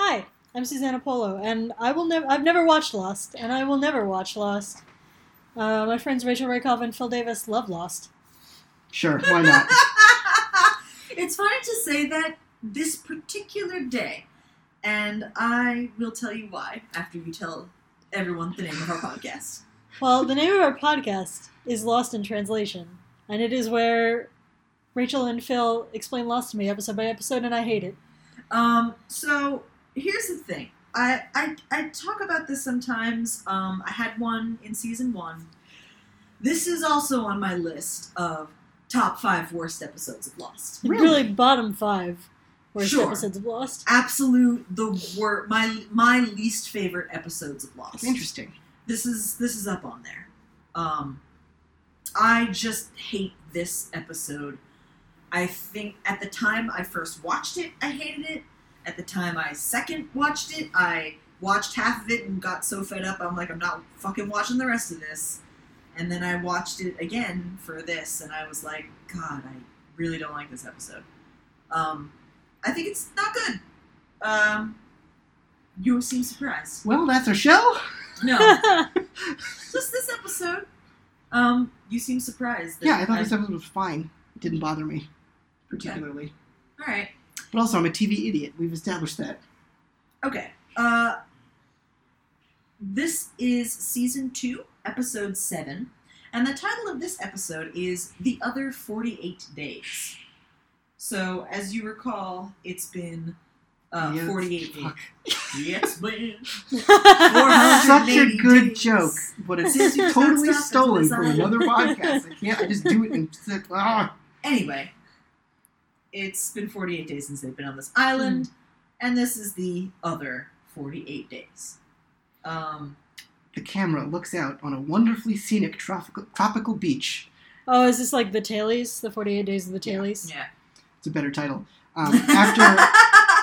Hi, I'm Susanna Polo, and I will never—I've never watched Lost, and I will never watch Lost. Uh, my friends Rachel Raykov and Phil Davis love Lost. Sure, why not? it's funny to say that this particular day, and I will tell you why after you tell everyone the name of our podcast. Well, the name of our podcast is Lost in Translation, and it is where Rachel and Phil explain Lost to me episode by episode, and I hate it. Um, so here's the thing. I, I, I talk about this sometimes. Um, I had one in season one. This is also on my list of top five worst episodes of Lost. Really, bottom five worst Sure. episodes of Lost. Absolute the worst. My my least favorite episodes of Lost. Interesting. This is this is up on there. Um, I just hate this episode. I think at the time I first watched it, I hated it. At the time I second watched it, I watched half of it and got so fed up. I'm like, I'm not fucking watching the rest of this. And then I watched it again for this, and I was like, God, I really don't like this episode. Um, I think it's not good. Um, you seem surprised. Well, that's our show. No, just this episode. Um, you seem surprised. that Yeah, I thought this episode was fine. It didn't bother me particularly. All right. But also, I'm a TV idiot. We've established that. Okay. Uh, this is season two, episode seven, and the title of this episode is "The Other Forty Eight Days." So, as you recall, it's been uh, Yeah, forty eight days. fuck. Yes, been Ah, Such a 480 good days. joke, but it's Since you totally passed off stolen into this from island. another podcast. I can't. I just do it and sit. Ah. Anyway, it's been 48 days since they've been on this island, Hmm. and this is the other 48 days. Um, The camera looks out on a wonderfully scenic tropical, tropical beach. oh, is this like the Tailies? The 48 Days of the Tailies? yeah. It's a better title. Um, after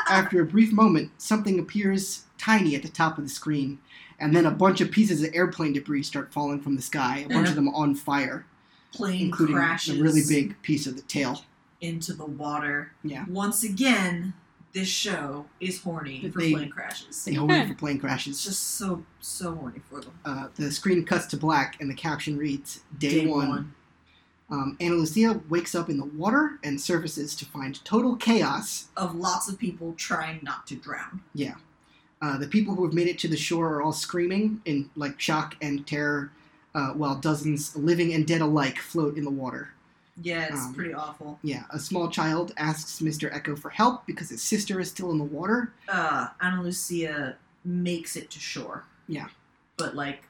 after a brief moment, something appears tiny at the top of the screen, and then a bunch of pieces of airplane debris start falling from the sky. A bunch of them on fire, plane including crashes a really big piece of the tail. into the water. Yeah. Once again, this show is horny But for they- plane crashes. They hold it for plane crashes. It's just so so horny for them. Uh, the screen cuts to black and the caption reads day, one, Um, anna lucia wakes up in the water and surfaces to find total chaos of lots of people trying not to drown. uh, the people who have made it to the shore are all screaming in like shock and terror uh, while dozens living and dead alike float in the water Yeah, it's Um, pretty awful. yeah a small child asks mr echo for help because his sister is still in the water Uh, Anna Lucia makes it to shore. Yeah. But like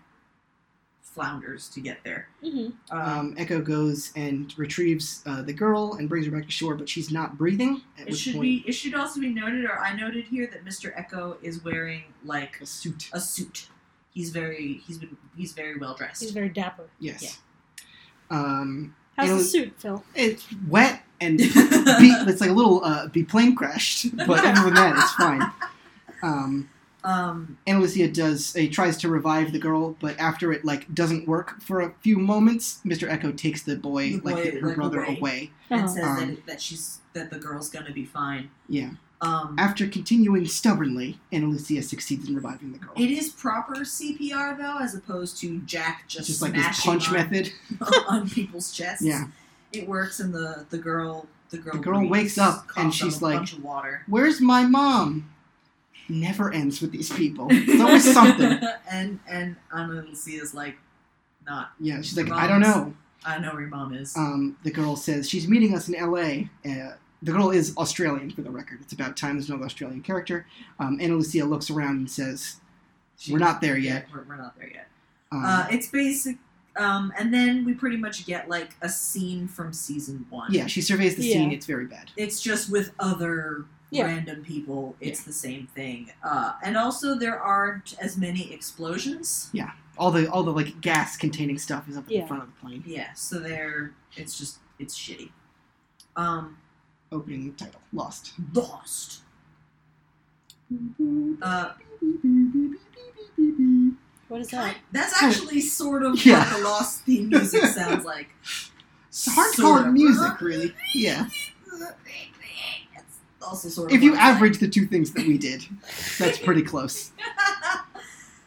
flounders to get there. hmm Um, um, echo goes and retrieves uh, the girl and brings her back to shore but she's not breathing at it which should point be it should also be noted or I noted here that Mr. Echo is wearing like a suit a suit. He's very he's been he's very well dressed. He's very dapper. yes um, How's the It'll- suit, Phil? It's wet and be, it's like a little uh, be plane crashed, but other than that, it's fine. Um, um Anna Lucia does uh, tries to revive the girl, but after it like doesn't work for a few moments, Mr. Echo takes the boy, The like boy, her like, brother, away. away. Uh-huh. and says Um, that, that she's that the girl's gonna be fine. Yeah. Um, After continuing stubbornly, Anna Lucia succeeds in reviving the girl. it is proper CPR though, as opposed to Jack just, It's just like this smashing punch on, method. on people's chests. Yeah. it works, and the the girl the girl The girl breathes, wakes up, coughs and up she's a like- bunch of water. Where's my mom? Never ends with these people. It's always something. and and Anna Lucia's like, not Yeah, she's like, I don't Moms. know. I know where your mom is. um, the girl says she's meeting us in LA. Uh, the girl is Australian, for the record. It's about time there's another Australian character. Um, Anna Lucia looks around and says, She- we're not there yet. We're, we're not there yet. um, uh, it's basic. Um, and then we pretty much get like a scene from season one. Yeah, she surveys the Yeah. scene. It's very bad. It's just with other Yeah. random people. It's the same thing. Uh, and also, there aren't as many explosions. All the all the like gas containing stuff is up in Yeah. front of the plane. Yeah, so there. It's just it's shitty. Um, Opening title: Lost. lost. Uh, What is that? That's actually sort of Yeah. what the Lost theme music sounds like. It's hardcore Sort of. music, really. Yeah. It's also sort of If you what it's like. average the two things that we did, that's pretty close.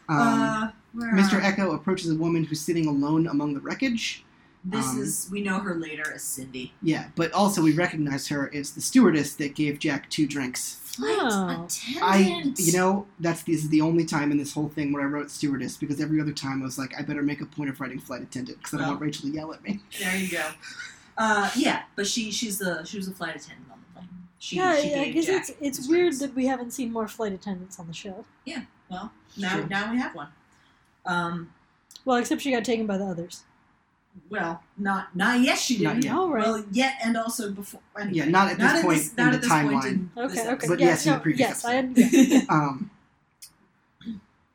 Um, uh, where Mr. are- Echo approaches a woman who's sitting alone among the wreckage. This um, is we know her later as Cindy. Yeah, but also we recognize her as the stewardess that gave Jack two drinks. Flight Oh. I, you know, that's this is the only time in this whole thing where I wrote stewardess because every other time I was like, I better make a point of writing flight attendant because I don't Well. want Rachel to yell at me. There you go. Uh, yeah, but she she's a she was a flight attendant on the plane. She, yeah, she I gave guess Jack it's it's his weird drinks. that we haven't seen more flight attendants on the show. Well, now Sure. now we have one. Um, Well, except she got taken by the others. well, not not yet she Not didn't. yet. All right. Well, yet and also before. Anyway, Yeah, not at not this at point this, in not the at this point timeline. in this okay, okay. episode. But yeah, yes, in the no, previous yes, I, un- yeah, Um,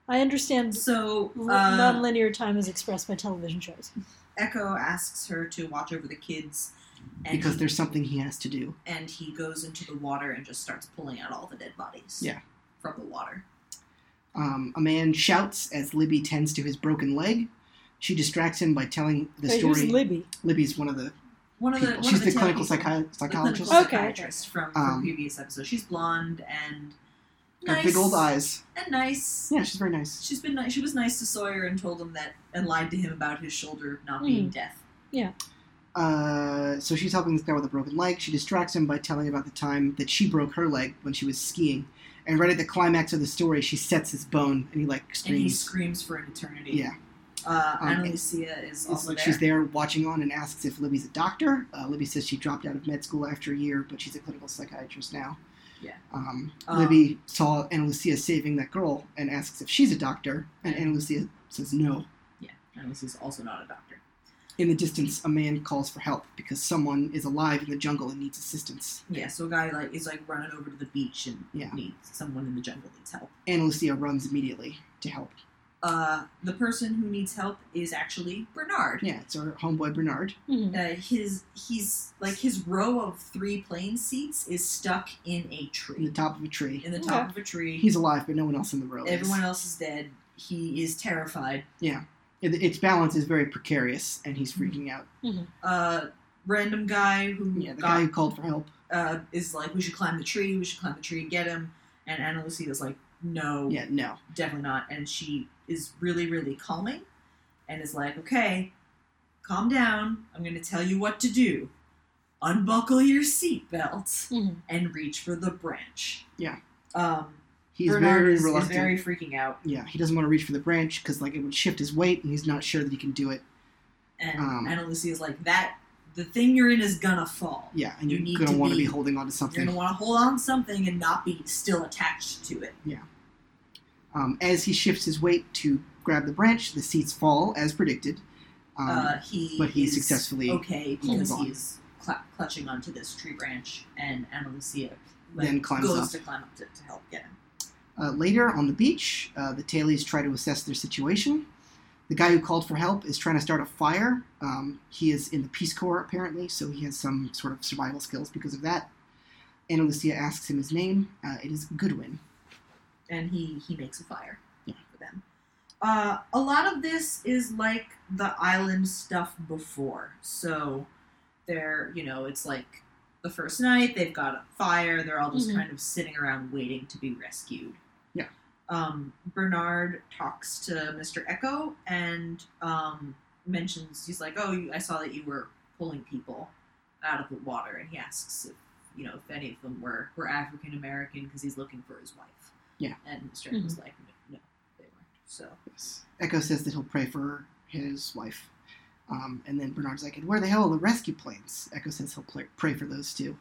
I understand. so l- uh, non-linear time is expressed by television shows. Echo asks her to watch over the kids, and because he- there's something he has to do. and he goes into the water and just starts pulling out all the dead bodies. Yeah. From the water. Um, a man shouts as Libby tends to his broken leg. She distracts him by telling the Wait, story. who's Libby? Libby's one of the One of the people. one She's of the, the, tail clinical people. psychi- The psychologist. clinical Okay. psychiatrist from, from Um, previous episode. She's blonde and Got Oh, nice big old eyes. and nice. Yeah, she's very nice. She's been nice. She was nice to Sawyer and told him that and lied to him about his shoulder not being deaf. Uh, so she's helping this guy with a broken leg. She distracts him by telling about the time that she broke her leg when she was skiing. And right at the climax of the story, she sets his bone, and he like And he screams. screams for an eternity. Yeah, Uh, Um, Anna Lucia is also there. she's there watching on and asks if Libby's a doctor. Uh, Libby says she dropped out of med school after a year, but she's a clinical psychiatrist now. Yeah. Um, Um, Libby saw Anna Lucia saving that girl and asks if she's a doctor, and Anna Lucia says no. Anna Lucia's also not a doctor. In the distance, a man calls for help because someone is alive in the jungle and needs assistance. Yeah, so a guy like is like running over to the beach and Yeah. needs someone in the jungle needs help. Anna Lucia runs immediately to help. Uh, the person who needs help is actually Bernard. Yeah, it's our homeboy Bernard. Mhm. Uh, his he's like his row of three plane seats is stuck in a in the tree top of a tree. in the top of a tree. He's alive, but no one else in the row Everyone is. else is dead. He is terrified. It, its balance is very precarious, and he's Mm-hmm. freaking out. Uh, random guy who Yeah, the got- guy who called for help. uh, is like, we should climb the tree. We should climb the tree and get him. And Anna Lucia is like, no, Yeah, no. definitely not. And she is really, really calming, and is like, okay, calm down. I'm going to tell you what to do. Unbuckle your seatbelt Mhm. and reach for the branch. Yeah. Um, He's Bernard very is, is reluctant. very freaking out, Yeah, he doesn't want to reach for the branch because like it would shift his weight, and he's not sure that he can do it. and Um, Anna Lucia is like, that the thing you're in is gonna fall. Yeah, and You you're need gonna to want to be be- holding on to You're something. gonna want to hold on to something and not be still attached to it. Um, as he shifts his weight to grab the branch, the seats fall as predicted. Um, uh, he but he is successfully okay holds because on. he's cl- clutching onto this tree branch, and Anna Lucia like, Then climbs goes up. to climb up to, to help get him. Uh, later on the beach, uh, the tailies try to assess their situation. The guy who called for help is trying to start a fire. Um, he is in the Peace Corps, apparently, so he has some sort of survival skills because of that. Anna Lucia asks him his name. Uh, it is Goodwin. and he he makes a fire Yeah. for them. Uh, a lot of this is like the island stuff before, so they're you know it's like the first night they've got a fire, they're all just Mhm. kind of sitting around waiting to be rescued. Yeah. Um, Bernard talks to Mr. Echo and um, mentions he's like, "Oh, you, I saw that you were pulling people out of the water," and he asks if you know if any of them were were African American because he's looking for his wife. And Mr. Mm-hmm. Ed was like, no, no, they weren't. So, Echo says that he'll pray for his wife. Um, and then Bernard's like, and where the hell are the rescue planes? Echo says he'll pl- pray for those too.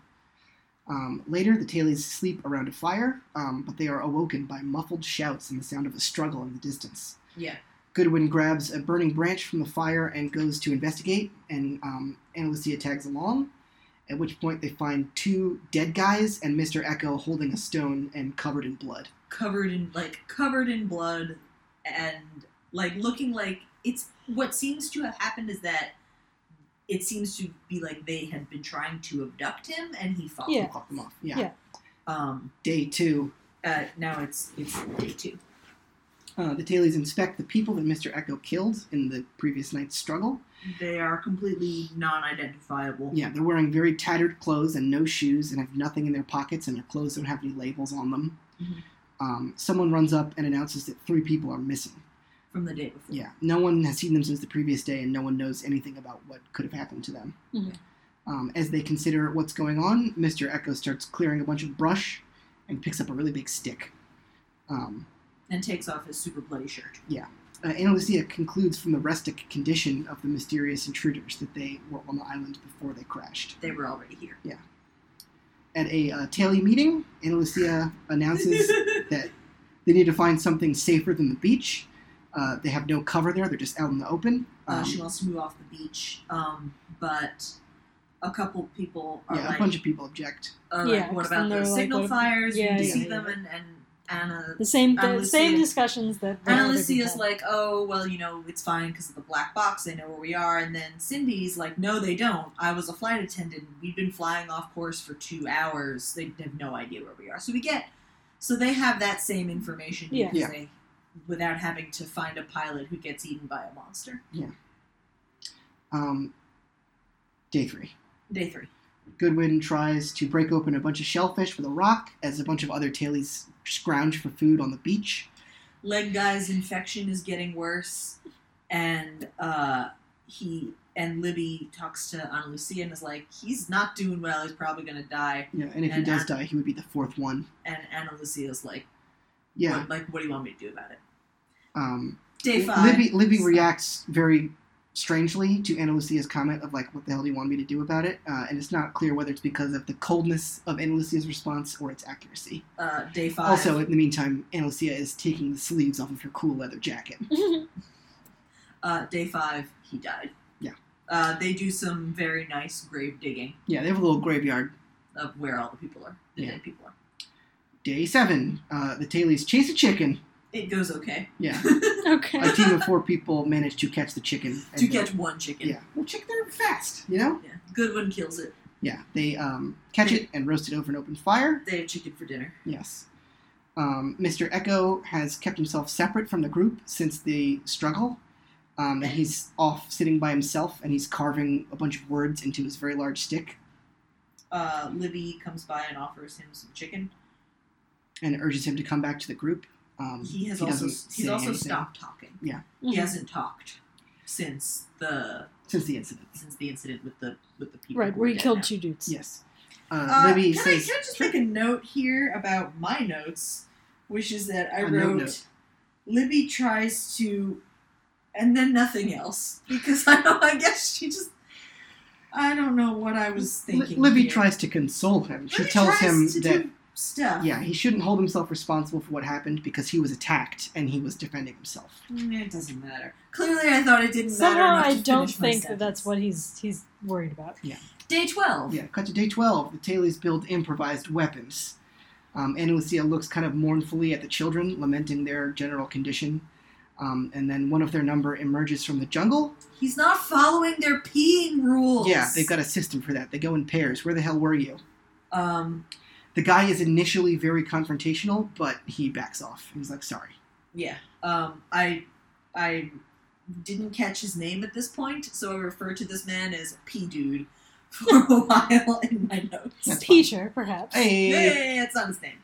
Um, later, the tailies sleep around a fire, um, but they are awoken by muffled shouts and the sound of a struggle in the distance. yeah. Goodwin grabs a burning branch from the fire and goes to investigate, and um, Anna Lucia tags along. At which point, they find two dead guys and Mr. Echo holding a stone and covered in blood. Covered in, like, covered in blood and, like, looking like it's what seems to have happened is that it seems to be like they had been trying to abduct him and he fought. Yeah. Fuck them off. Yeah. Yeah. Um, Day two. uh, now it's, it's day two. Uh, the Tailies inspect the people that Mr. Echo killed in the previous night's struggle. They are completely non-identifiable. Yeah, they're wearing very tattered clothes and no shoes and have nothing in their pockets, and their clothes don't have any labels on them. Mhm. Um, someone runs up and announces that three people are missing. From the day before. Yeah, no one has seen them since the previous day, and no one knows anything about what could have happened to them. Mhm. Um, as they consider what's going on, Mr. Echo starts clearing a bunch of brush and picks up a really big stick. Um, And takes off his super bloody shirt. uh, Anna Lucia concludes from the rustic condition of the mysterious intruders that they were on the island before they crashed. They were already here. At a uh, tally meeting, Anna Lucia announces that they need to find something safer than the beach. Uh, they have no cover there; they're just out in the open. uh, Um, she wants to move off the beach, um, but a couple people are yeah, like, a bunch of people object. are Yeah, like, what 'cause about then they're those like, signal what- fires? yeah, you yeah, see yeah. them, and, and Anna, The same Anna the same Lucia- discussions that Anna that Lucia's everyone like, oh, well, you know, it's fine because of the black box. They know where we are. And then Cindy's like, no, they don't. I was a flight attendant. We've been flying off course for two hours. They have no idea where we are. So we get, so they have that same information Yeah. because Yeah. they, without having to find a pilot who gets eaten by a monster. Um, day three. Day three. Goodwin tries to break open a bunch of shellfish with a rock as a bunch of other tailies scrounge for food on the beach. leg guy's infection is getting worse and uh he and libby talks to anna lucia and is like he's not doing well he's probably gonna die You know, and if And he does af- die, he would be the fourth one. and anna lucia's like Yeah. what, like what do you want me to do about it Um, day five Libby, Libby So- reacts very strangely to Anna Lucia's comment of like, "What the hell do you want me to do about it?" Uh, and it's not clear whether it's because of the coldness of Anna Lucia's response or its accuracy. uh, day five Also, in the meantime, Anna Lucia is taking the sleeves off of her cool leather jacket. uh, day five he died Yeah. uh, they do some very nice grave digging Yeah, they have a little graveyard of where all the people are the Yeah. dead people are Day seven, uh, the tailies chase a chicken. it goes okay Yeah, okay. a team of four people manage to catch the chicken. and to they- catch one chicken yeah, well, chicken they're fast, you know. yeah. goodwin kills it Yeah, they um, catch it and roast it over an open fire. they have chicken for dinner Yes, um, Mr. Echo has kept himself separate from the group since the struggle, um, and he's off sitting by himself and he's carving a bunch of words into his very large stick uh, libby comes by and offers him some chicken and urges him to come back to the group. Um, he has also doesn't he's say also anything stopped talking. He Mhm. hasn't talked since the since the incident. since the incident with the with the people. Right, who where he were dead killed now. two dudes. Yes, uh, Uh, Libby can, I, says. can I just make a note here about my notes, which is that I A note wrote note. Libby tries to, and then nothing else because I don't. I guess she just. I don't know what I was thinking. Libby here. tries to console him. She Libby tells tries him to that do stuff. yeah, he shouldn't hold himself responsible for what happened because he was attacked and he was defending himself. Mm, It doesn't matter. Clearly, I thought it didn't matter. Somehow enough I to don't finish my think that that's sentence. what he's he's worried about. Day twelve. Yeah, cut to day 12. The Tailies build improvised weapons. Um, Anna Lucia looks kind of mournfully at the children, lamenting their general condition. Um, and then one of their number emerges from the jungle. He's not following their peeing rules. Yeah, they've got a system for that. They go in pairs. Where the hell were you? Um, The guy is initially very confrontational, but he backs off. He's like, sorry. yeah. Um, I, I didn't catch his name at this point, so I refer to this man as P dude for a while in my notes. That's fine. Teacher, perhaps. Hey! Yeah, yeah, yeah, it's not his name.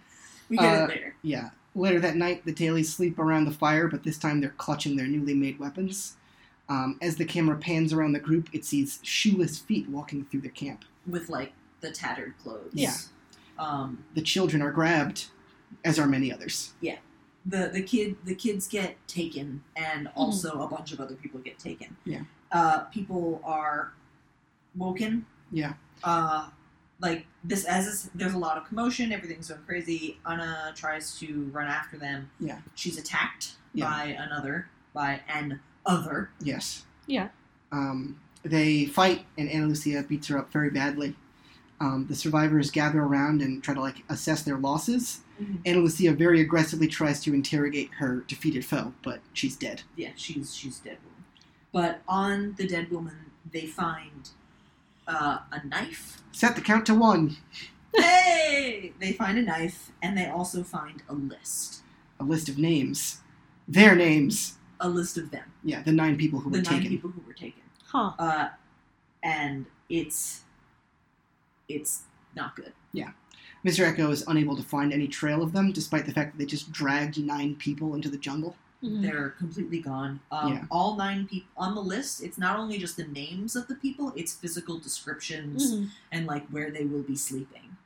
We get Uh, it later. Yeah. Later that night, the Tailies sleep around the fire, but this time they're clutching their newly made weapons. Um, as the camera pans around the group, it sees shoeless feet walking through the camp. With like the tattered clothes. Yeah. Um, The children are grabbed, as are many others. the the kid the kids get taken and also a bunch of other people get taken. Mm-hmm. Yeah. Uh, people are woken. Yeah. Uh, like this as is, there's a lot of commotion, everything's going crazy. Anna tries to run after them. Yeah. She's attacked Yeah. by another by an other. Yes. Yeah. Um, they fight, and Anna Lucia beats her up very badly. Um, the survivors gather around and try to like assess their losses. Mhm. Anna Lucia very aggressively tries to interrogate her defeated foe, but she's dead. Yeah, she's she's dead woman. But on the dead woman, they find uh, a knife. Set the count to one. hey! They find a knife and they also find a list. A list of names. their names. a list of them, Yeah, the nine people who the were nine taken. people who were taken, Huh. uh, and it's it's not good. Mr. Echo is unable to find any trail of them, despite the fact that they just dragged nine people into the jungle. Mhm. They're completely gone. Um, Yeah. All nine people on the list. It's not only just the names of the people; it's physical descriptions Mhm. and like where they will be sleeping.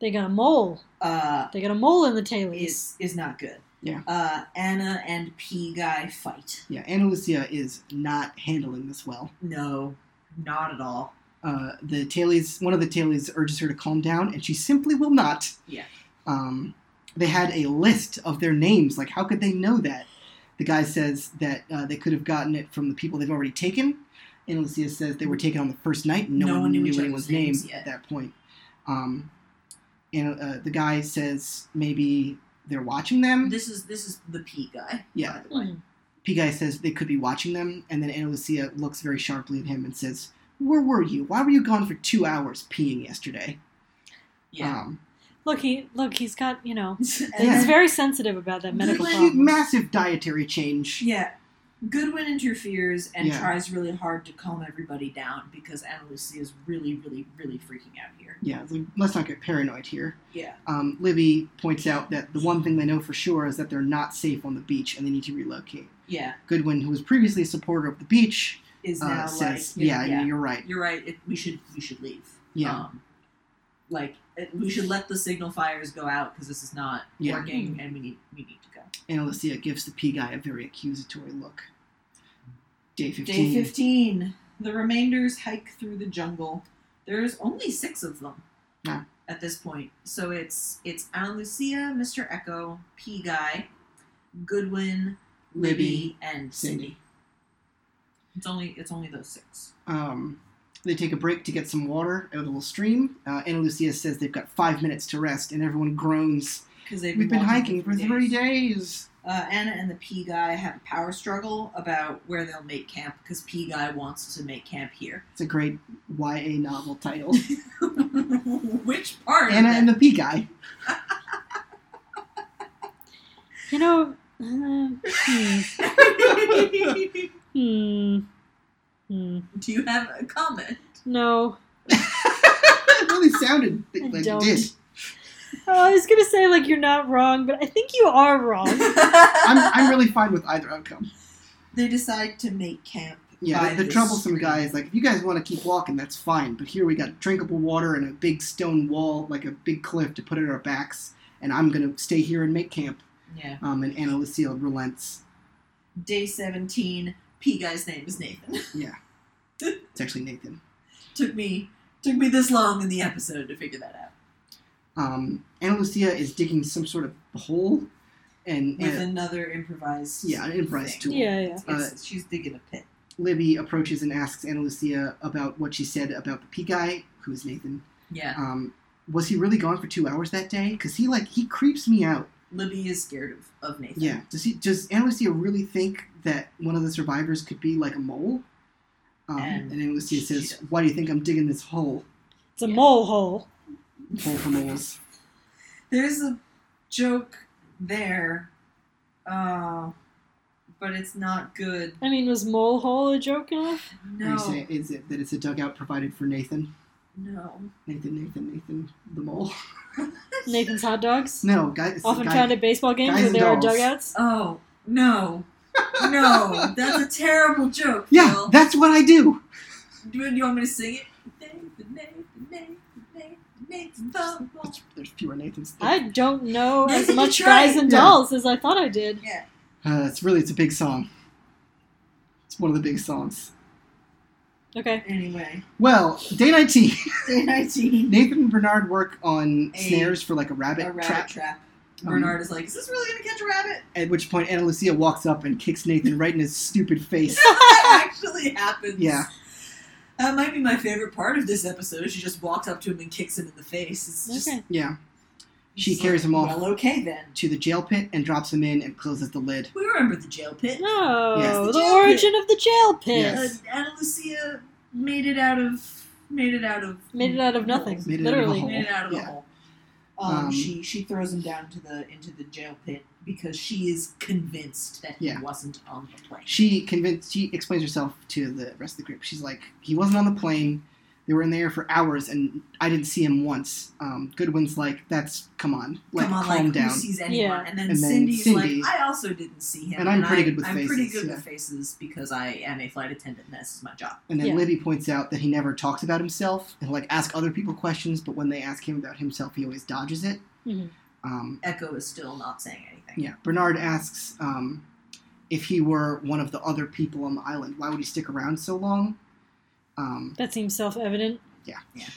They got a mole. Uh, They got a mole in the tailies. is is not good. Yeah. Uh, Anna and P guy fight. Yeah, Anna Lucia is not handling this well. No, not at all. Uh, the tailies, one of the tailies urges her to calm down, and she simply will not. Yeah. Um, they had a list of their names. Like, how could they know that? The guy says that uh, they could have gotten it from the people they've already taken. And Lucia says they were taken on the first night. No, No one, one knew knew each other's anyone's name names at yet. that point. Um, and uh, the guy says maybe they're watching them. This is this is the P guy. Yeah. By the way. Mhm. P guy says they could be watching them, and then Anna Lucia looks very sharply at him and says, "Where were you? Why were you gone for two hours peeing yesterday?" Yeah. Um, Look, he look. He's got you know. And Yeah. He's then- very sensitive about that medical huge- problem. massive dietary change. yeah. Goodwin interferes and Yeah. tries really hard to calm everybody down because Anna Lucia is really, really, really freaking out here. Yeah, so let's not get paranoid here. Yeah. Um, Libby points out that the one thing they know for sure is that they're not safe on the beach and they need to relocate. Yeah. Goodwin, who was previously a supporter of the beach, Is uh, now says, like yeah, you're right. You're right. It, we should we should leave. Yeah. Um, like it, we should let the signal fires go out because this is not Yeah. working, and we need we need to go. Anna Lucia gives the P guy a very accusatory look. Day 15. Day fifteen. The remainders hike through the jungle. There's only six of them Yeah. at this point. So it's it's Anna Lucia, Mr. Echo, P Guy, Goodwin, Libby, and Cindy. Cindy. It's only it's only those six. Um, they take a break to get some water out of the little stream. Uh, Anna Lucia says they've got five minutes to rest, and everyone groans. Because they've We've been walking hiking for three days. Uh, Anna and the P guy have a power struggle about where they'll make camp because P guy wants to make camp here. It's a great YA novel title. Which part? of Anna that- and the Pea Guy. You know. uh, hmm. Hmm. Hmm. Do you have a comment? No. that really sounded I like don't. this. Oh, I was gonna say like you're not wrong, but I think you are wrong. I'm, I'm really fine with either outcome. they decide to make camp. Yeah, by the, the this troublesome stream. guy is like, if you guys want to keep walking, that's fine. But here we got drinkable water and a big stone wall, like a big cliff to put at our backs, and I'm going to stay here and make camp. Yeah. Um, and Anna Lucia relents. Day 17, P guy's name is Nathan. It's actually Nathan. took me took me this long in the episode to figure that out. Um, Anna Lucia is digging some sort of hole, and, uh, With and another improvised yeah, an improvised tool. thing. Uh, yeah, yeah. It's- she's digging a pit. Libby approaches and asks Anna Lucia about what she said about the pea guy, who's Nathan. Yeah. Um, was he really gone for two hours that day? Because he like he creeps me out. Libby is scared of, of Nathan. Yeah. Does he? Does Anna Lucia really think that one of the survivors could be like a mole? Um, and, And Anna Lucia she- says, she- "Why do you think I'm digging this hole? It's a Yeah. mole hole. Hole for moles." There's a joke there, uh, but it's not good. I mean, was mole hole a joke enough? Are you No, saying- is it that it's a dugout provided for Nathan? no. Nathan, Nathan, Nathan, the mole. Nathan's hot dogs, No, guys. it's the often guy- found at baseball games guys where and there are dolls. dugouts. Oh no, no. That's a terrible joke. Yeah, Phil. that's what I do. Do you want me to sing it? Nathan, Nathan, Nathan, Nathan, Nathan, the mole. There's fewer Nathans. I don't know as You much tried. guys and Yeah. dolls as I thought I did. Yeah. Uh, it's really it's a big song. It's one of the big songs. Okay. Anyway, Well, day nineteen. day nineteen. Nathan and Bernard work on A- snares for like a rabbit, A rabbit trap. Um, trap. Bernard is like, is this really gonna catch a rabbit? At which point, Anna Lucia walks up and kicks Nathan right in his stupid face. that actually happens. Yeah. That might be my favorite part of this episode. She just walks up to him and kicks him in the face. It's just Okay. yeah, She it's carries like, him off. Well, okay then. to the jail pit and drops him in and closes the lid. We remember the jail pit. No, Yes, the, the jail origin of the jail pit. Yes. Uh, Anna Lucia made it out of made it out of Made it out of nothing, Made it out of a literally. hole. Made it out of a Oh, Yeah. hole. Um, Um, she she throws him down to the into the jail pit because she is convinced that he Yeah. wasn't on the plane. she convinced she explains herself to the rest of the group she's like he wasn't on the plane they were in the air for hours and i didn't see him once um, goodwin's like that's come on like Come on, calm like down who sees anyone? Yeah. And then And then Cindy's Cindy- like, I also didn't see him. And I'm pretty good with I'm pretty faces, good yeah. with faces because I am a flight attendant. and This is my job. and then Yeah. libby points out that he never talks about himself and like ask other people questions but when they ask him about himself he always dodges it Mhm. um, Echo is still not saying anything. yeah bernard asks um, if he were one of the other people on the island why would he stick around so long um, That seems self-evident. Yeah.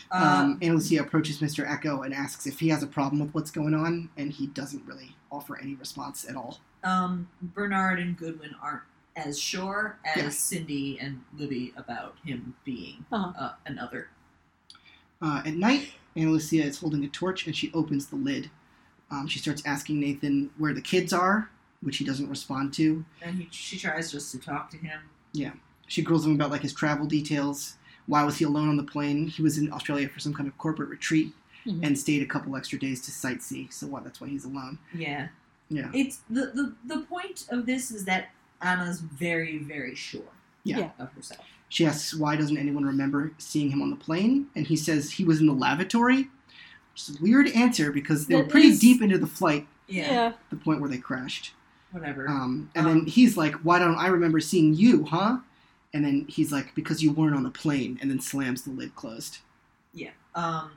Um, and Lucia approaches Mr. Echo and asks if he has a problem with what's going on, and he doesn't really offer any response at all. um, Bernard and Goodwin aren't as sure as Yeah. Cindy and Libby about him being Uh-huh. uh, another. Uh, at night, Anna Lucia is holding a torch and she opens the lid. Um, she starts asking Nathan where the kids are, which he doesn't respond to. And he, she tries just to talk to him. She grills him about like his travel details. Why was he alone on the plane? He was in Australia for some kind of corporate retreat Mhm. and stayed a couple extra days to sightsee. So why, that's why he's alone. Yeah. Yeah. It's the, the the point of this is that Anna's very very sure. Yeah. Yeah. Of herself. She asks why doesn't anyone remember seeing him on the plane, and he says he was in the lavatory. Which is a weird answer because they were That pretty is- deep into the flight, Yeah. the point where they crashed. Whatever. Um, and Um. Oh. then he's like, "Why don't I remember seeing you, huh?" And then he's like, "Because you weren't on the plane," and then slams the lid closed. um,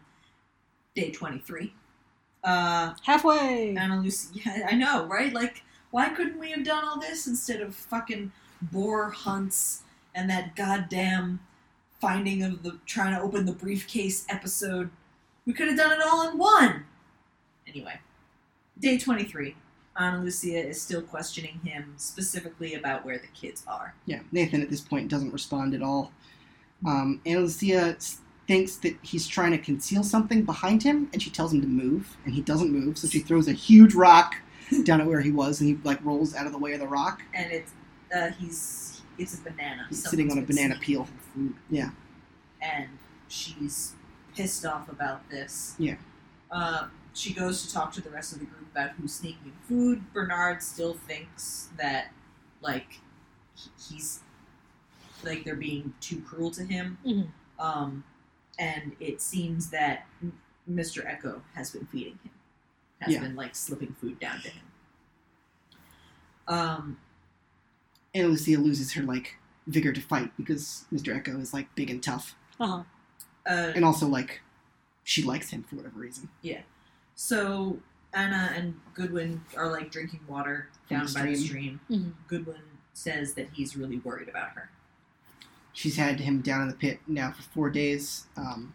day 23. Uh, Halfway. Um, Anna Lucia, yeah, I know, right? Like, why couldn't we have done all this instead of fucking boar hunts and that goddamn finding of the trying to open the briefcase episode? We could have done it all in one! Anyway, day 23. Anna Lucia is still questioning him specifically about where the kids are. Yeah, Nathan at this point doesn't respond at all. Um, and Lucia s- thinks that he's trying to conceal something behind him, and she tells him to move, and he doesn't move. So she throws a huge rock down at where he was, and he like rolls out of the way of the rock. And it's, uh, he's, it's a banana. He's sitting on a Someone's been banana sneaking peel. him food. Yeah. and she's pissed off about this. Yeah. Uh, she goes to talk to the rest of the group about who's sneaking food. Bernard still thinks that, like, he- he's like they're being too cruel to him. Mhm. Um, and it seems that M- Mr. Echo has been feeding him, has Yeah. been like slipping food down to him. Um, and Lucia loses her like vigor to fight because Mr. Echo is like big and tough, Uh-huh. uh, and also like she likes him for whatever reason. So Anna and Goodwin are like drinking water From down the by the stream. stream. Mhm. Goodwin says that he's really worried about her. She's had him down in the pit now for four days. Um,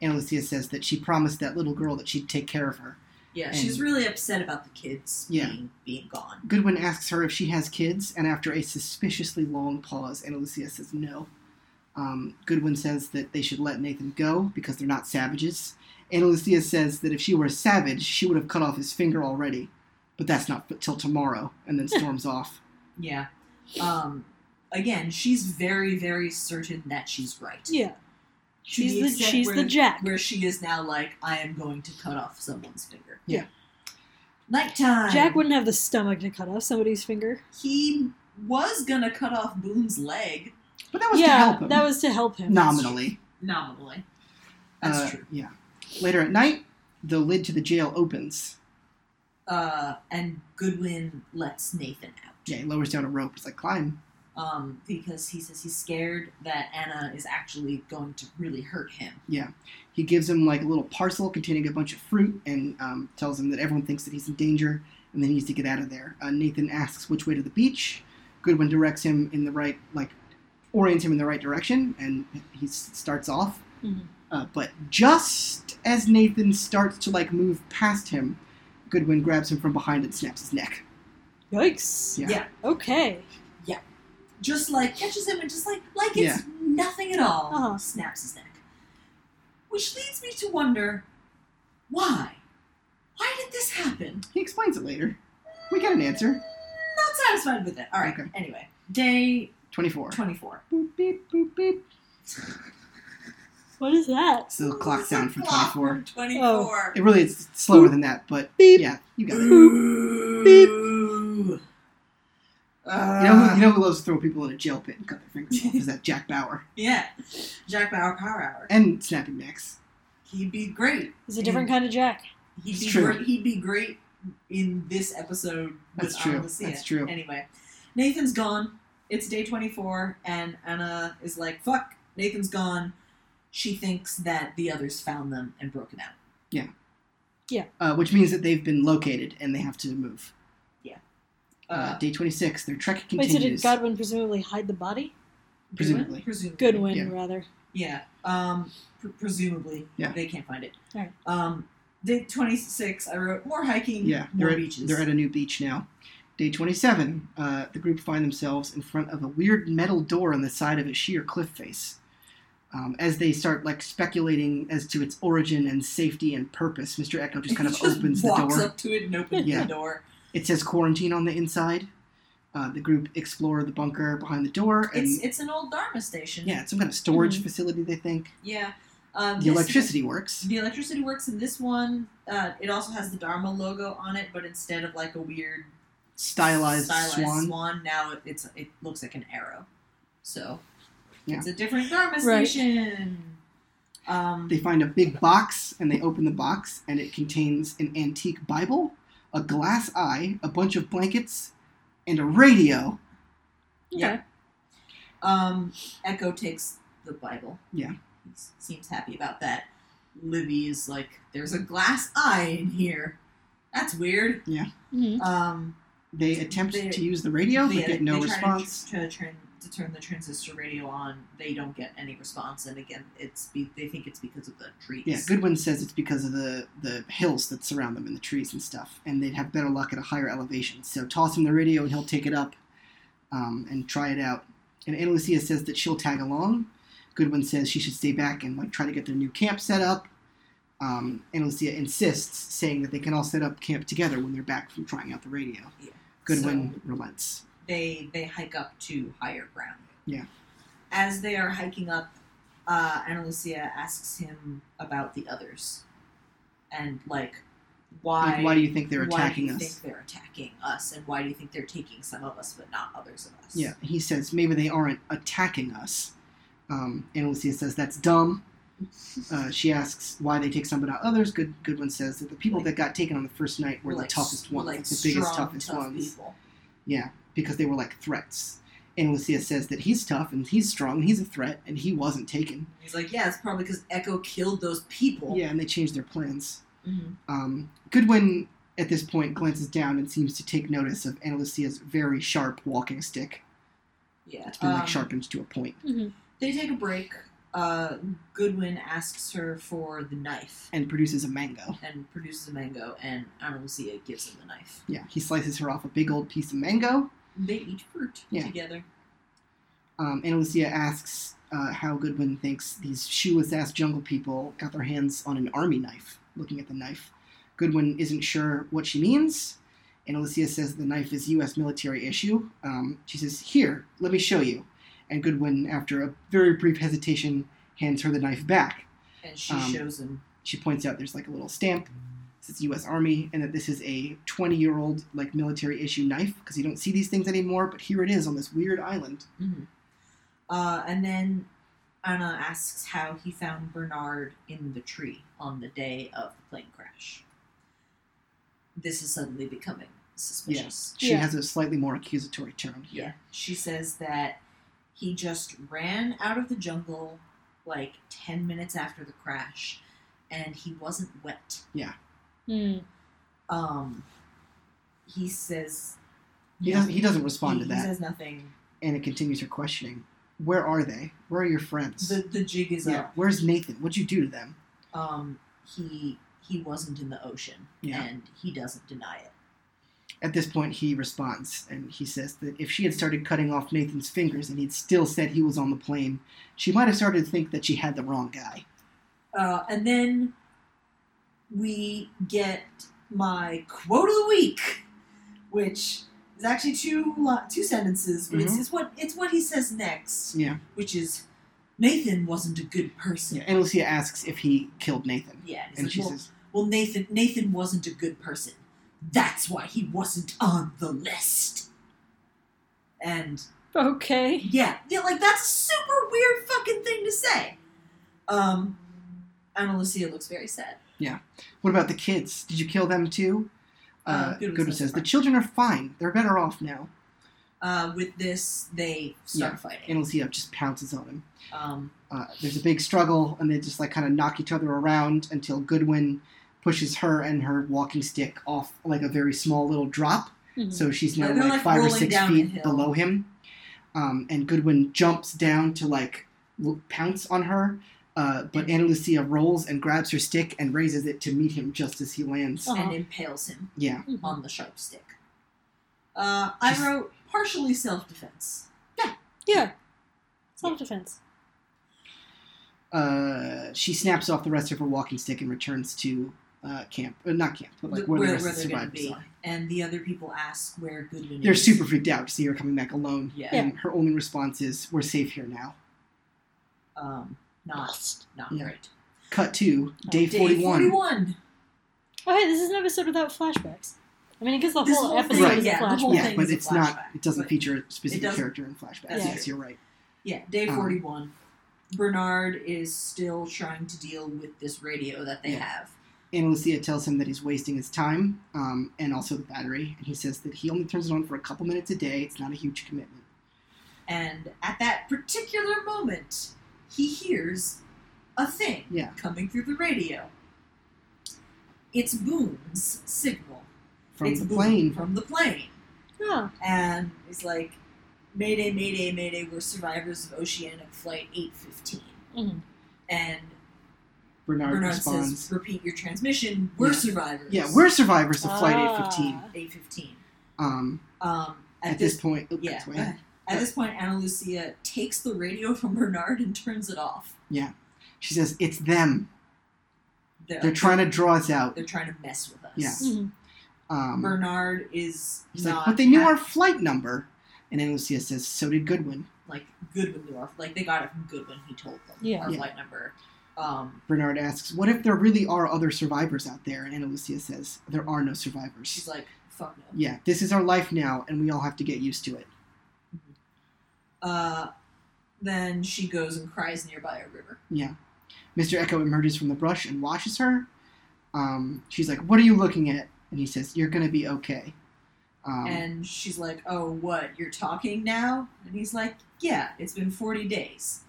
and Lucia says that she promised that little girl that she'd take care of her. Yeah, she's And- really upset about the kids Yeah. being being gone. Goodwin asks her if she has kids, and after a suspiciously long pause, Anna Lucia says no. Um, Goodwin says that they should let Nathan go because they're not savages. Anna Lucia says that if she were a savage, she would have cut off his finger already, but that's not but till tomorrow, and then storms off. Yeah. Um again, she's very very certain that she's right. Yeah. To She's the, extent she's where, the jack. where she is now like I am going to cut off someone's finger. Yeah. Nighttime. Jack wouldn't have the stomach to cut off somebody's finger. he was gonna cut off Boone's leg But that was yeah, to help him. that was to help him. nominally. nominally. That's Uh, true. Yeah. Later at night, the lid to the jail opens. uh, and Goodwin lets Nathan out Jay lowers down a rope. It's like climb. um, because he says he's scared that Anna is actually going to really hurt him. He gives him like a little parcel containing a bunch of fruit and um, tells him that everyone thinks that he's in danger and that he needs to get out of there. Uh, Nathan asks which way to the beach. Goodwin directs him in the right, like orients him in the right direction, and he s- starts off. Mhm. Uh, but just as Nathan starts to like move past him, Goodwin grabs him from behind and snaps his neck. Yikes. Yeah. Yeah. Okay. Just like catches him and just like like it's nothing at all, Uh-huh. snaps his neck. Which leads me to wonder why? Why did this happen? He explains it later. We get an answer. Not satisfied with it. All right. Okay. Anyway, day Twenty-four. twenty-four. Boop beep boop beep. What is that? So the clock down from 24. 24. It really is slower than that, but Beep. yeah, you got it. Ooh. Uh, You know, who, you know who loves to throw people in a jail pit and cut their fingers off? Is that Jack Bauer yeah. Jack Bauer Power Hour. and Snappy Max? He'd be great. It's a different kind of Jack. He'd It's be true. great. He'd be great in this episode. but That's I true. wanna see That's it. true. Anyway, Nathan's gone. It's day 24, and Anna is like, "Fuck, Nathan's gone." She thinks that the others found them and broken out. Uh, which means that they've been located and they have to move. Uh, Uh, day 26, their trek Wait, so did continues. Godwin presumably hide the body? presumably. Presumably. Goodwin, Yeah. rather. Yeah. Um, pr- presumably. Yeah. They can't find it. Alright. Um, day 26, I wrote more hiking, yeah, more they're at, beaches. they're at a new beach now. Day 27, uh, the group find themselves in front of a weird metal door on the side of a sheer cliff face. Um, as they start like speculating as to its origin and safety and purpose, Mr. Echo just kind of He just opens the walks door. up to it and opens Yeah. the door. It says quarantine on the inside. Uh, the group explore the bunker behind the door, and It's it's an old Dharma station. yeah, it's some kind of storage Mhm. facility. They think Yeah. Um, the this- electricity works. The electricity works in this one. Uh, it also has the Dharma logo on it, but instead of like a weird Stylized, swan. now it, it's it looks like an arrow. So Yeah. it's a different Dharma Right. station. Um, They find a big box and they open the box, and it contains an antique Bible, a glass eye, a bunch of blankets, and a radio. Yeah. Um, Echo takes the Bible. Yeah. He s- seems happy about that. Libby is like, there's a glass eye in here. That's weird. hmm Um, They attempt They- to use the radio, but they- get no they try to tr- response. To, turn, to turn the transistor radio on, they don't get any response. And again, it's be, they think it's because of the trees. Yeah, Goodwin says it's because of the, the hills that surround them and the trees and stuff, and they'd have better luck at a higher elevation. So toss him the radio and he'll take it up um, and try it out. And Anna Lucia says that she'll tag along. Goodwin says she should stay back and like try to get their new camp set up. Um, Anna Lucia insists, saying that they can all set up camp together when they're back from trying out the radio. Yeah. Goodwin relents. they they hike up to higher ground. Yeah. As they are hiking up, uh, Ana Lucia asks him about the others, and like why Like, why do you think they're why do attacking you us? Think they're attacking us, and why do you think they're taking some of us but not others of us? Yeah, he says maybe they aren't attacking us. Um, and Lucia says that's dumb. Uh, she asks why they take some but not others. Good Goodwin says that the people Like- that got taken on the first night were, We're the like, toughest we're ones, like like the biggest, strong, toughest tough ones, People. because they were like threats. And Lucia says that he's tough and he's strong and he's a threat and he wasn't taken. He's like, yeah, it's probably because Echo killed those people. Yeah, and they changed their plans. Mhm. Um, Goodwin at this point glances down and seems to take notice of Anna Lucia's very sharp walking stick. yeah. It's been um, like sharpened to a point, They take a break. Uh, Goodwin asks her for the knife. and produces a mango. and produces a mango, and Ana Lucia gives him the knife. Yeah, he slices her off a big old piece of mango. They eat fruit Yeah. together. Um, and Lucia asks uh, how Goodwin thinks these shoeless ass jungle people got their hands on an army knife, looking at the knife. Goodwin isn't sure what she means. And Lucia says the knife is U.S. military issue. Um, she says, Here, let me show you. And Goodwin, after a very brief hesitation, hands her the knife back. And she Um, shows him. She points out there's like a little stamp, says U.S. Army, and that this is a 20 year old like military issue knife because you don't see these things anymore, but here it is on this weird island. Uh, and then Anna asks how he found Bernard in the tree on the day of the plane crash. This is suddenly becoming suspicious. She Yeah. has a slightly more accusatory tone here. She says that he just ran out of the jungle like 10 minutes after the crash and he wasn't wet. Hmm. Um, he says He, doesn't, he doesn't respond he, to he that, says nothing. and it continues her questioning. Where are they? Where are your friends? The the jig is yeah. up. Where's Nathan? What'd you do to them? Um, he he wasn't in the ocean, Yeah. and he doesn't deny it. At this point, he responds, and he says that if she had started cutting off Nathan's fingers and he'd still said he was on the plane, she might have started to think that she had the wrong guy. Uh, and then we get my quote of the week, which is actually two li- two sentences, but it's, it's what it's what he says next, Mm-hmm. Yeah. which is Nathan wasn't a good person. Yeah, and Lucia asks if he killed Nathan, Yeah, and and he's she like, well, says, well, Nathan, Nathan wasn't a good person. That's why he wasn't on the list. And Okay. yeah, yeah, like that's a super weird fucking thing to say. Um, and Lucia looks very sad. "What about the kids? Did you kill them too?" Uh, Uh, Goodwin Goodwin says says, "The fine." children are fine. They're better off now." Uh, with this, they start Yeah, fighting. And Lucia just pounces on him. Um, Uh, there's a big struggle, and they just like kind of knock each other around until Goodwin pushes her and her walking stick off like a very small little drop. Mhm. So she's now Mm-hmm. They're, like, like, five or rolling six down the feet hill. below him. Um, and Goodwin jumps down to like l- pounce on her. Uh, but Anna Lucia rolls and grabs her stick and raises it to meet him just as he lands. Oh. Uh-huh. and impales him Yeah. Mhm. on the sharp stick. Uh, I Just- wrote partially self-defense. Yeah. Self defense. Uh, she snaps off the rest of her walking stick and returns to uh, camp. Uh, not camp, but like Th- where, where, the rest where of the they're going to survivors be. are. And the other people ask where Goodwin They're is. super freaked out to see her coming back alone. Yeah. And her only response is, We're safe here now. Um, not not Yeah. great. Cut to day, Oh, Day 41. 41. Oh, hey, this is an episode without flashbacks. I mean, I guess the This whole, whole episode thing- Right. is yeah, a the flashback. whole Yeah, thing but is a it's not, flashback, it doesn't but- feature a specific doesn't- character in flashbacks. Yeah. Yes, you're right. Yeah, day Um, 41. Bernard is still trying to deal with this radio that they Yeah. have. And Lucia tells him that he's wasting his time um, and also the battery. And he says that he only turns it on for a couple minutes a day. It's not a huge commitment. And at that particular moment, he hears a thing Yeah. coming through the radio. It's Boone's signal. From it's the Boone plane. From the plane. Oh, And he's like, Mayday, Mayday, Mayday, we're survivors of Oceanic Flight 815. Mhm. And Bernard, Bernard responds, says, repeat your transmission, we're Yeah. survivors. Yeah, we're survivors of Flight Ah. 815. 815. Um, Um, at, this, point, oh, yeah, that's way- go ahead. at this point, Anna Lucia takes the radio from Bernard and turns it off. she says, It's them. They're, They're trying to draw us out. they're trying to mess with us. Yeah. Mhm. Um, Bernard is he's not. like, But they knew happy. our flight number. And then Lucia says, So did Goodwin. like Goodwin knew our like they got it from Goodwin. He told them Yeah. our Yeah. flight number. Um, Bernard asks, What if there really are other survivors out there? And Anna Lucia says, There are no survivors. she's like, "Fuck no." yeah, this is our life now, and we all have to get used to it. Uh, then she goes and cries nearby a river. Yeah. Mr. Echo emerges from the brush and washes her. Um, she's like, What are you looking at? And he says, You're going to be okay. Um, and she's like, "Oh, what? You're talking now?" And he's like, "Yeah, it's been 40 days."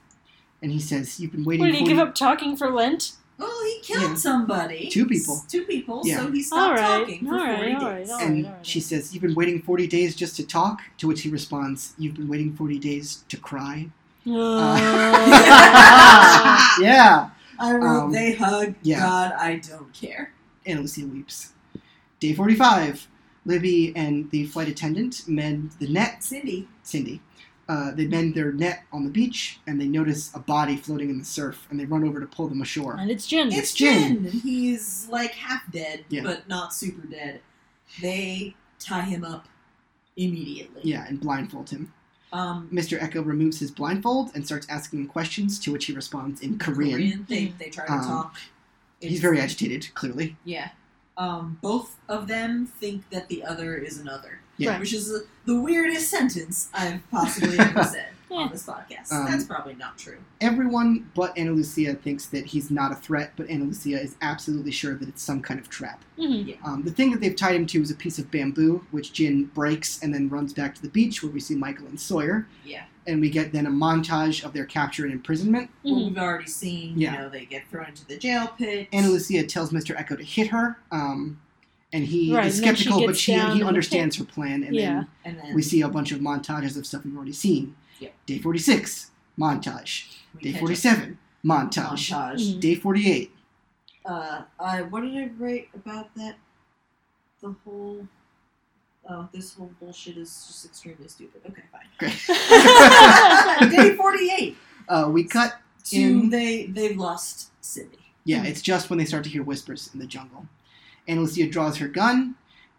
and he says, You've been waiting What, did for he give up talking for Lent? Well, "Oh, he killed Yeah. somebody. Two people. Two people. Yeah. So he All stopped right. talking for all right, 40 all right, days. all right, And all right. she says, You've been waiting 40 days just to talk? To which he responds, You've been waiting 40 days to cry. Uh, Ah. yeah. I wrote, Um, "They hug. yeah. God, I don't care." And Lucia weeps. Day 45. Libby and the flight attendant mend the nets. Cindy. Cindy. Uh, they mend their net on the beach and they notice a body floating in the surf and they run over to pull them ashore. and it's Jin. It's Jin. Jin. and He's like half dead, Yeah. but not super dead. They tie him up immediately. Yeah, and blindfold him. Um, Mr. Echo removes his blindfold and starts asking him questions, to which he responds in Korean. They, Mm-hmm. they try to Um, talk. He's It's- very agitated, clearly. Yeah. Um, both of them think that the other is another, Yeah. Right. which is the- the weirdest sentence I've possibly ever said Yeah. on this podcast. Um, That's probably not true. Everyone but Anna Lucia thinks that he's not a threat, but Anna Lucia is absolutely sure that it's some kind of trap. Mhm. Um, the thing that they've tied him to is a piece of bamboo, which Jin breaks and then runs back to the beach where we see Michael and Sawyer. Yeah. And we get then a montage of their capture and imprisonment. Well, Mhm. we've already seen, Yeah. you know, they get thrown into the jail pit. Anna Lucia tells Mr. Echo to hit her, um, and he Right, is and then she skeptical, but gets she down in he the understands her plan, and Yeah. then and then we see a bunch of montages of stuff we've already seen. Yep. Day 46, montage. we Day catch up. 47, montage. Montage. Mhm. Day 48, Uh, I what did I write about that? The whole. Oh, this whole bullshit is just extremely stupid. Okay, fine. Day forty-eight. uh, we cut. To In- they they've lost Sydney. Yeah, it's just when they start to hear whispers in the jungle. Anna Lucia draws her gun,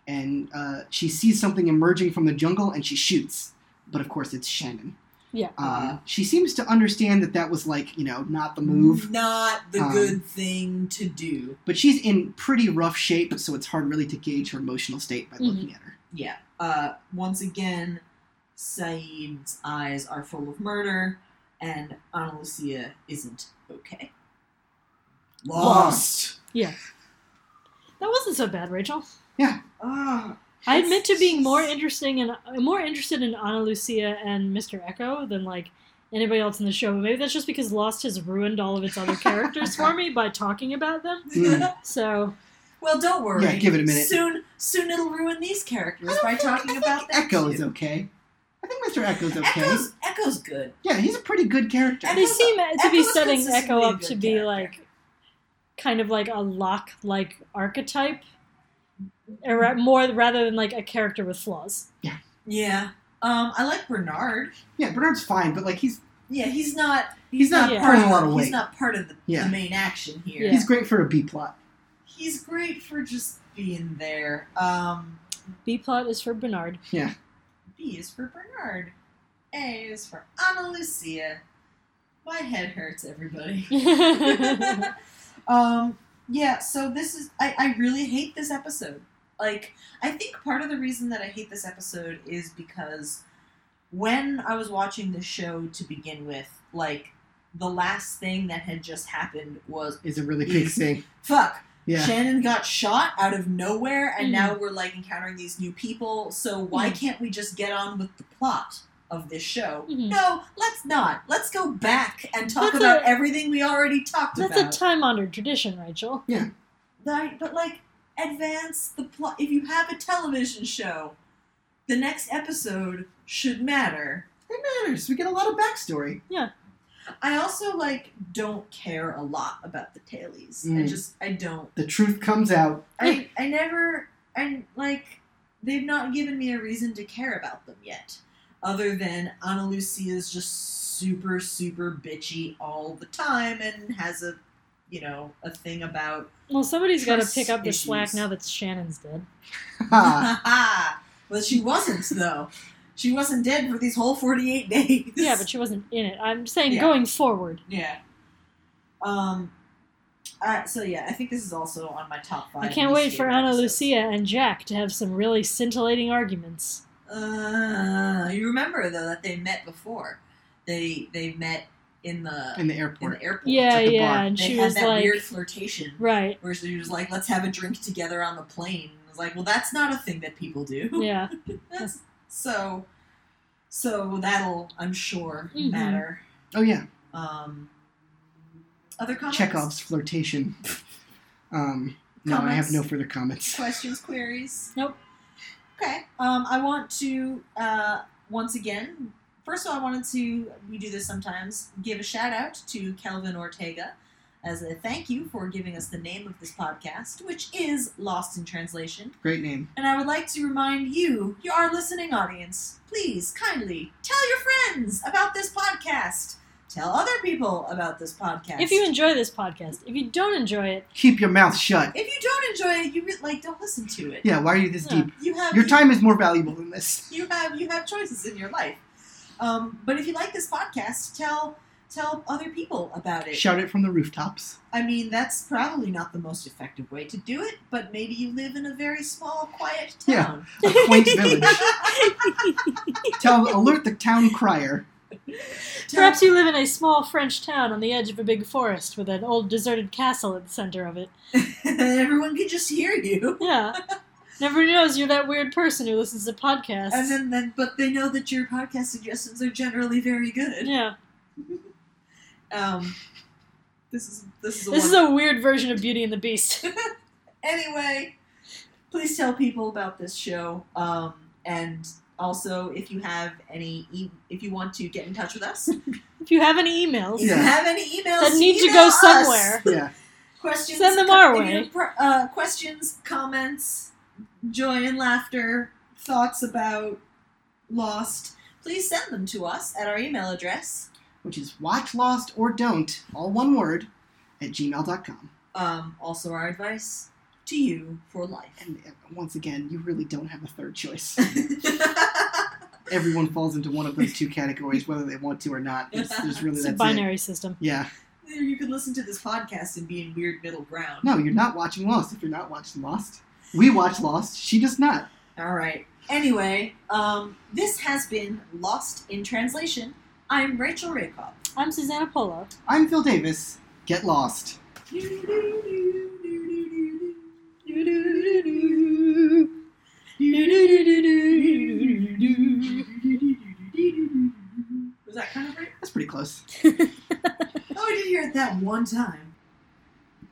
and uh, she sees something emerging from the jungle, and she shoots. But of course, it's Shannon. Yeah. Uh, she seems to understand that that was like you know not the move, Not the Um, good thing to do. but she's in pretty rough shape, so it's hard really to gauge her emotional state by Mhm. looking at her. Yeah. Uh, once again, Saeed's eyes are full of murder, and Ana Lucia isn't okay. Lost. That wasn't so bad, Rachel. Ah, I it's admit to being just- more interesting and uh, more interested in Ana Lucia and Mr. Echo than like anybody else in the show. But maybe that's just because Lost has ruined all of its other characters for me by talking about them. Mm. So well, don't worry. Yeah, give it a minute. Soon, soon it'll ruin these characters I by think- I talking think about that. Echo is too. okay. I think Mr. Echo's okay. Echo's, Echo's good. yeah, he's a pretty good character. they Echo's- seem to be Echo's setting consistently Echo a up good to be character. like kind of like a lock like archetype, era- more rather than like a character with flaws. Yeah. Um, I like Bernard. Yeah, Bernard's fine, but like he's Yeah, he's not. He's, He's not Yeah. part pulling of a lot of He's weight. not part of the, Yeah. the main action here. Yeah. he's great for a B plot. He's great for just being there. Um, B plot is for Bernard. B is for Bernard. A is for Ana Lucia. My head hurts, everybody. um, yeah, so this is. I, I really hate this episode. Like, I think part of the reason that I hate this episode is because when I was watching the show to begin with, like, the last thing that had just happened was Is a really big He's- thing. fuck, Yeah, Shannon got shot out of nowhere, and Mm. now we're like encountering these new people. So why Mm. can't we just get on with the plot of this show? Mhm. No, let's not. Let's go back and talk That's about a- everything we already talked That's a about. time honored tradition, Rachel. right, but like, advance the plot. If you have a television show, the next episode should matter. it matters. We get a lot of backstory. I also like don't care a lot about the tailies. I Mm. just I don't. The truth comes out. I I never I like they've not given me a reason to care about them yet, other than Ana Lucia is just super super bitchy all the time and has a you know a thing about Well, somebody's got to Trust pick up the slack issues. now that Shannon's dead. Ha. well she wasn't though she wasn't dead for these whole forty eight days Yeah, but she wasn't in it. I'm saying Yeah. going forward. yeah um. Uh, so yeah, I think this is also on my top five. I can't wait least for favorite Ana episodes. Lucia and Jack to have some really scintillating arguments. Uh, you remember though that they met before. They they met in the in the in airport. the airport. Yeah, at the yeah, bar. and they she had was that like, weird flirtation right, where she was like, "Let's have a drink together on the plane." And I was like, "Well, that's not a thing that people do." yeah, That's- so, so that'll I'm sure Mhm. matter. Oh yeah, Um, other comments, Chekhov's flirtation. Um, no, I have no further comments. questions, queries. Nope. Okay. Um, I want to uh, once again. First of all, I wanted to we do this sometimes give a shout out to Kelvin Ortega as a thank you for giving us the name of this podcast, which is Lost in Translation. Great name. And I would like to remind you, you our listening audience, please kindly tell your friends about this podcast. Tell other people about this podcast. If you enjoy this podcast, if you don't enjoy it, Keep your mouth shut. if you don't enjoy it, you re- like don't listen to it. Yeah, why are you this Yeah. deep? You have Your time is more valuable than this. you have you have choices in your life. Um, but if you like this podcast, tell tell other people about it. Shout it from the rooftops. I mean, that's probably not the most effective way to do it, but maybe you live in a very small, quiet Yeah. town. A quaint village. Tell alert the town crier. perhaps you live in a small French town on the edge of a big forest with an old deserted castle at the center of it. everyone can just hear you. Yeah. Everybody knows you're that weird person who listens to podcasts. And then, then, but they know that your podcast suggestions are generally very good. yeah, Um, this is this is a this is one- a weird version of Beauty and the Beast. anyway. Please tell people about this show, um, and also if you have any, e- if you want to get in touch with us, if If you have any emails you Yeah. have any emails that need to email go us. somewhere, Yeah. questions, Send them co- our if way. you- Uh, questions, comments, joy and laughter, thoughts about Lost. Please send them to us at our email address. Which is watch lost or don't, all one word, at gmail.com. Um, also, our advice to you for life. And uh, once again, you really don't have a third choice. everyone falls into one of those two categories, whether they want to or not. There's, there's really It's a that's it. binary system. Yeah. You can listen to this podcast and be in weird middle ground. No, you're not watching Lost if you're not watching Lost. We watch Lost. She does not. All right. Anyway, um, this has been Lost in Translation. I'm Rachel Rakoff. I'm Susanna Polo. I'm Phil Davis. Get lost. Was that kind of right? That's pretty close. Oh, I did hear it that one time.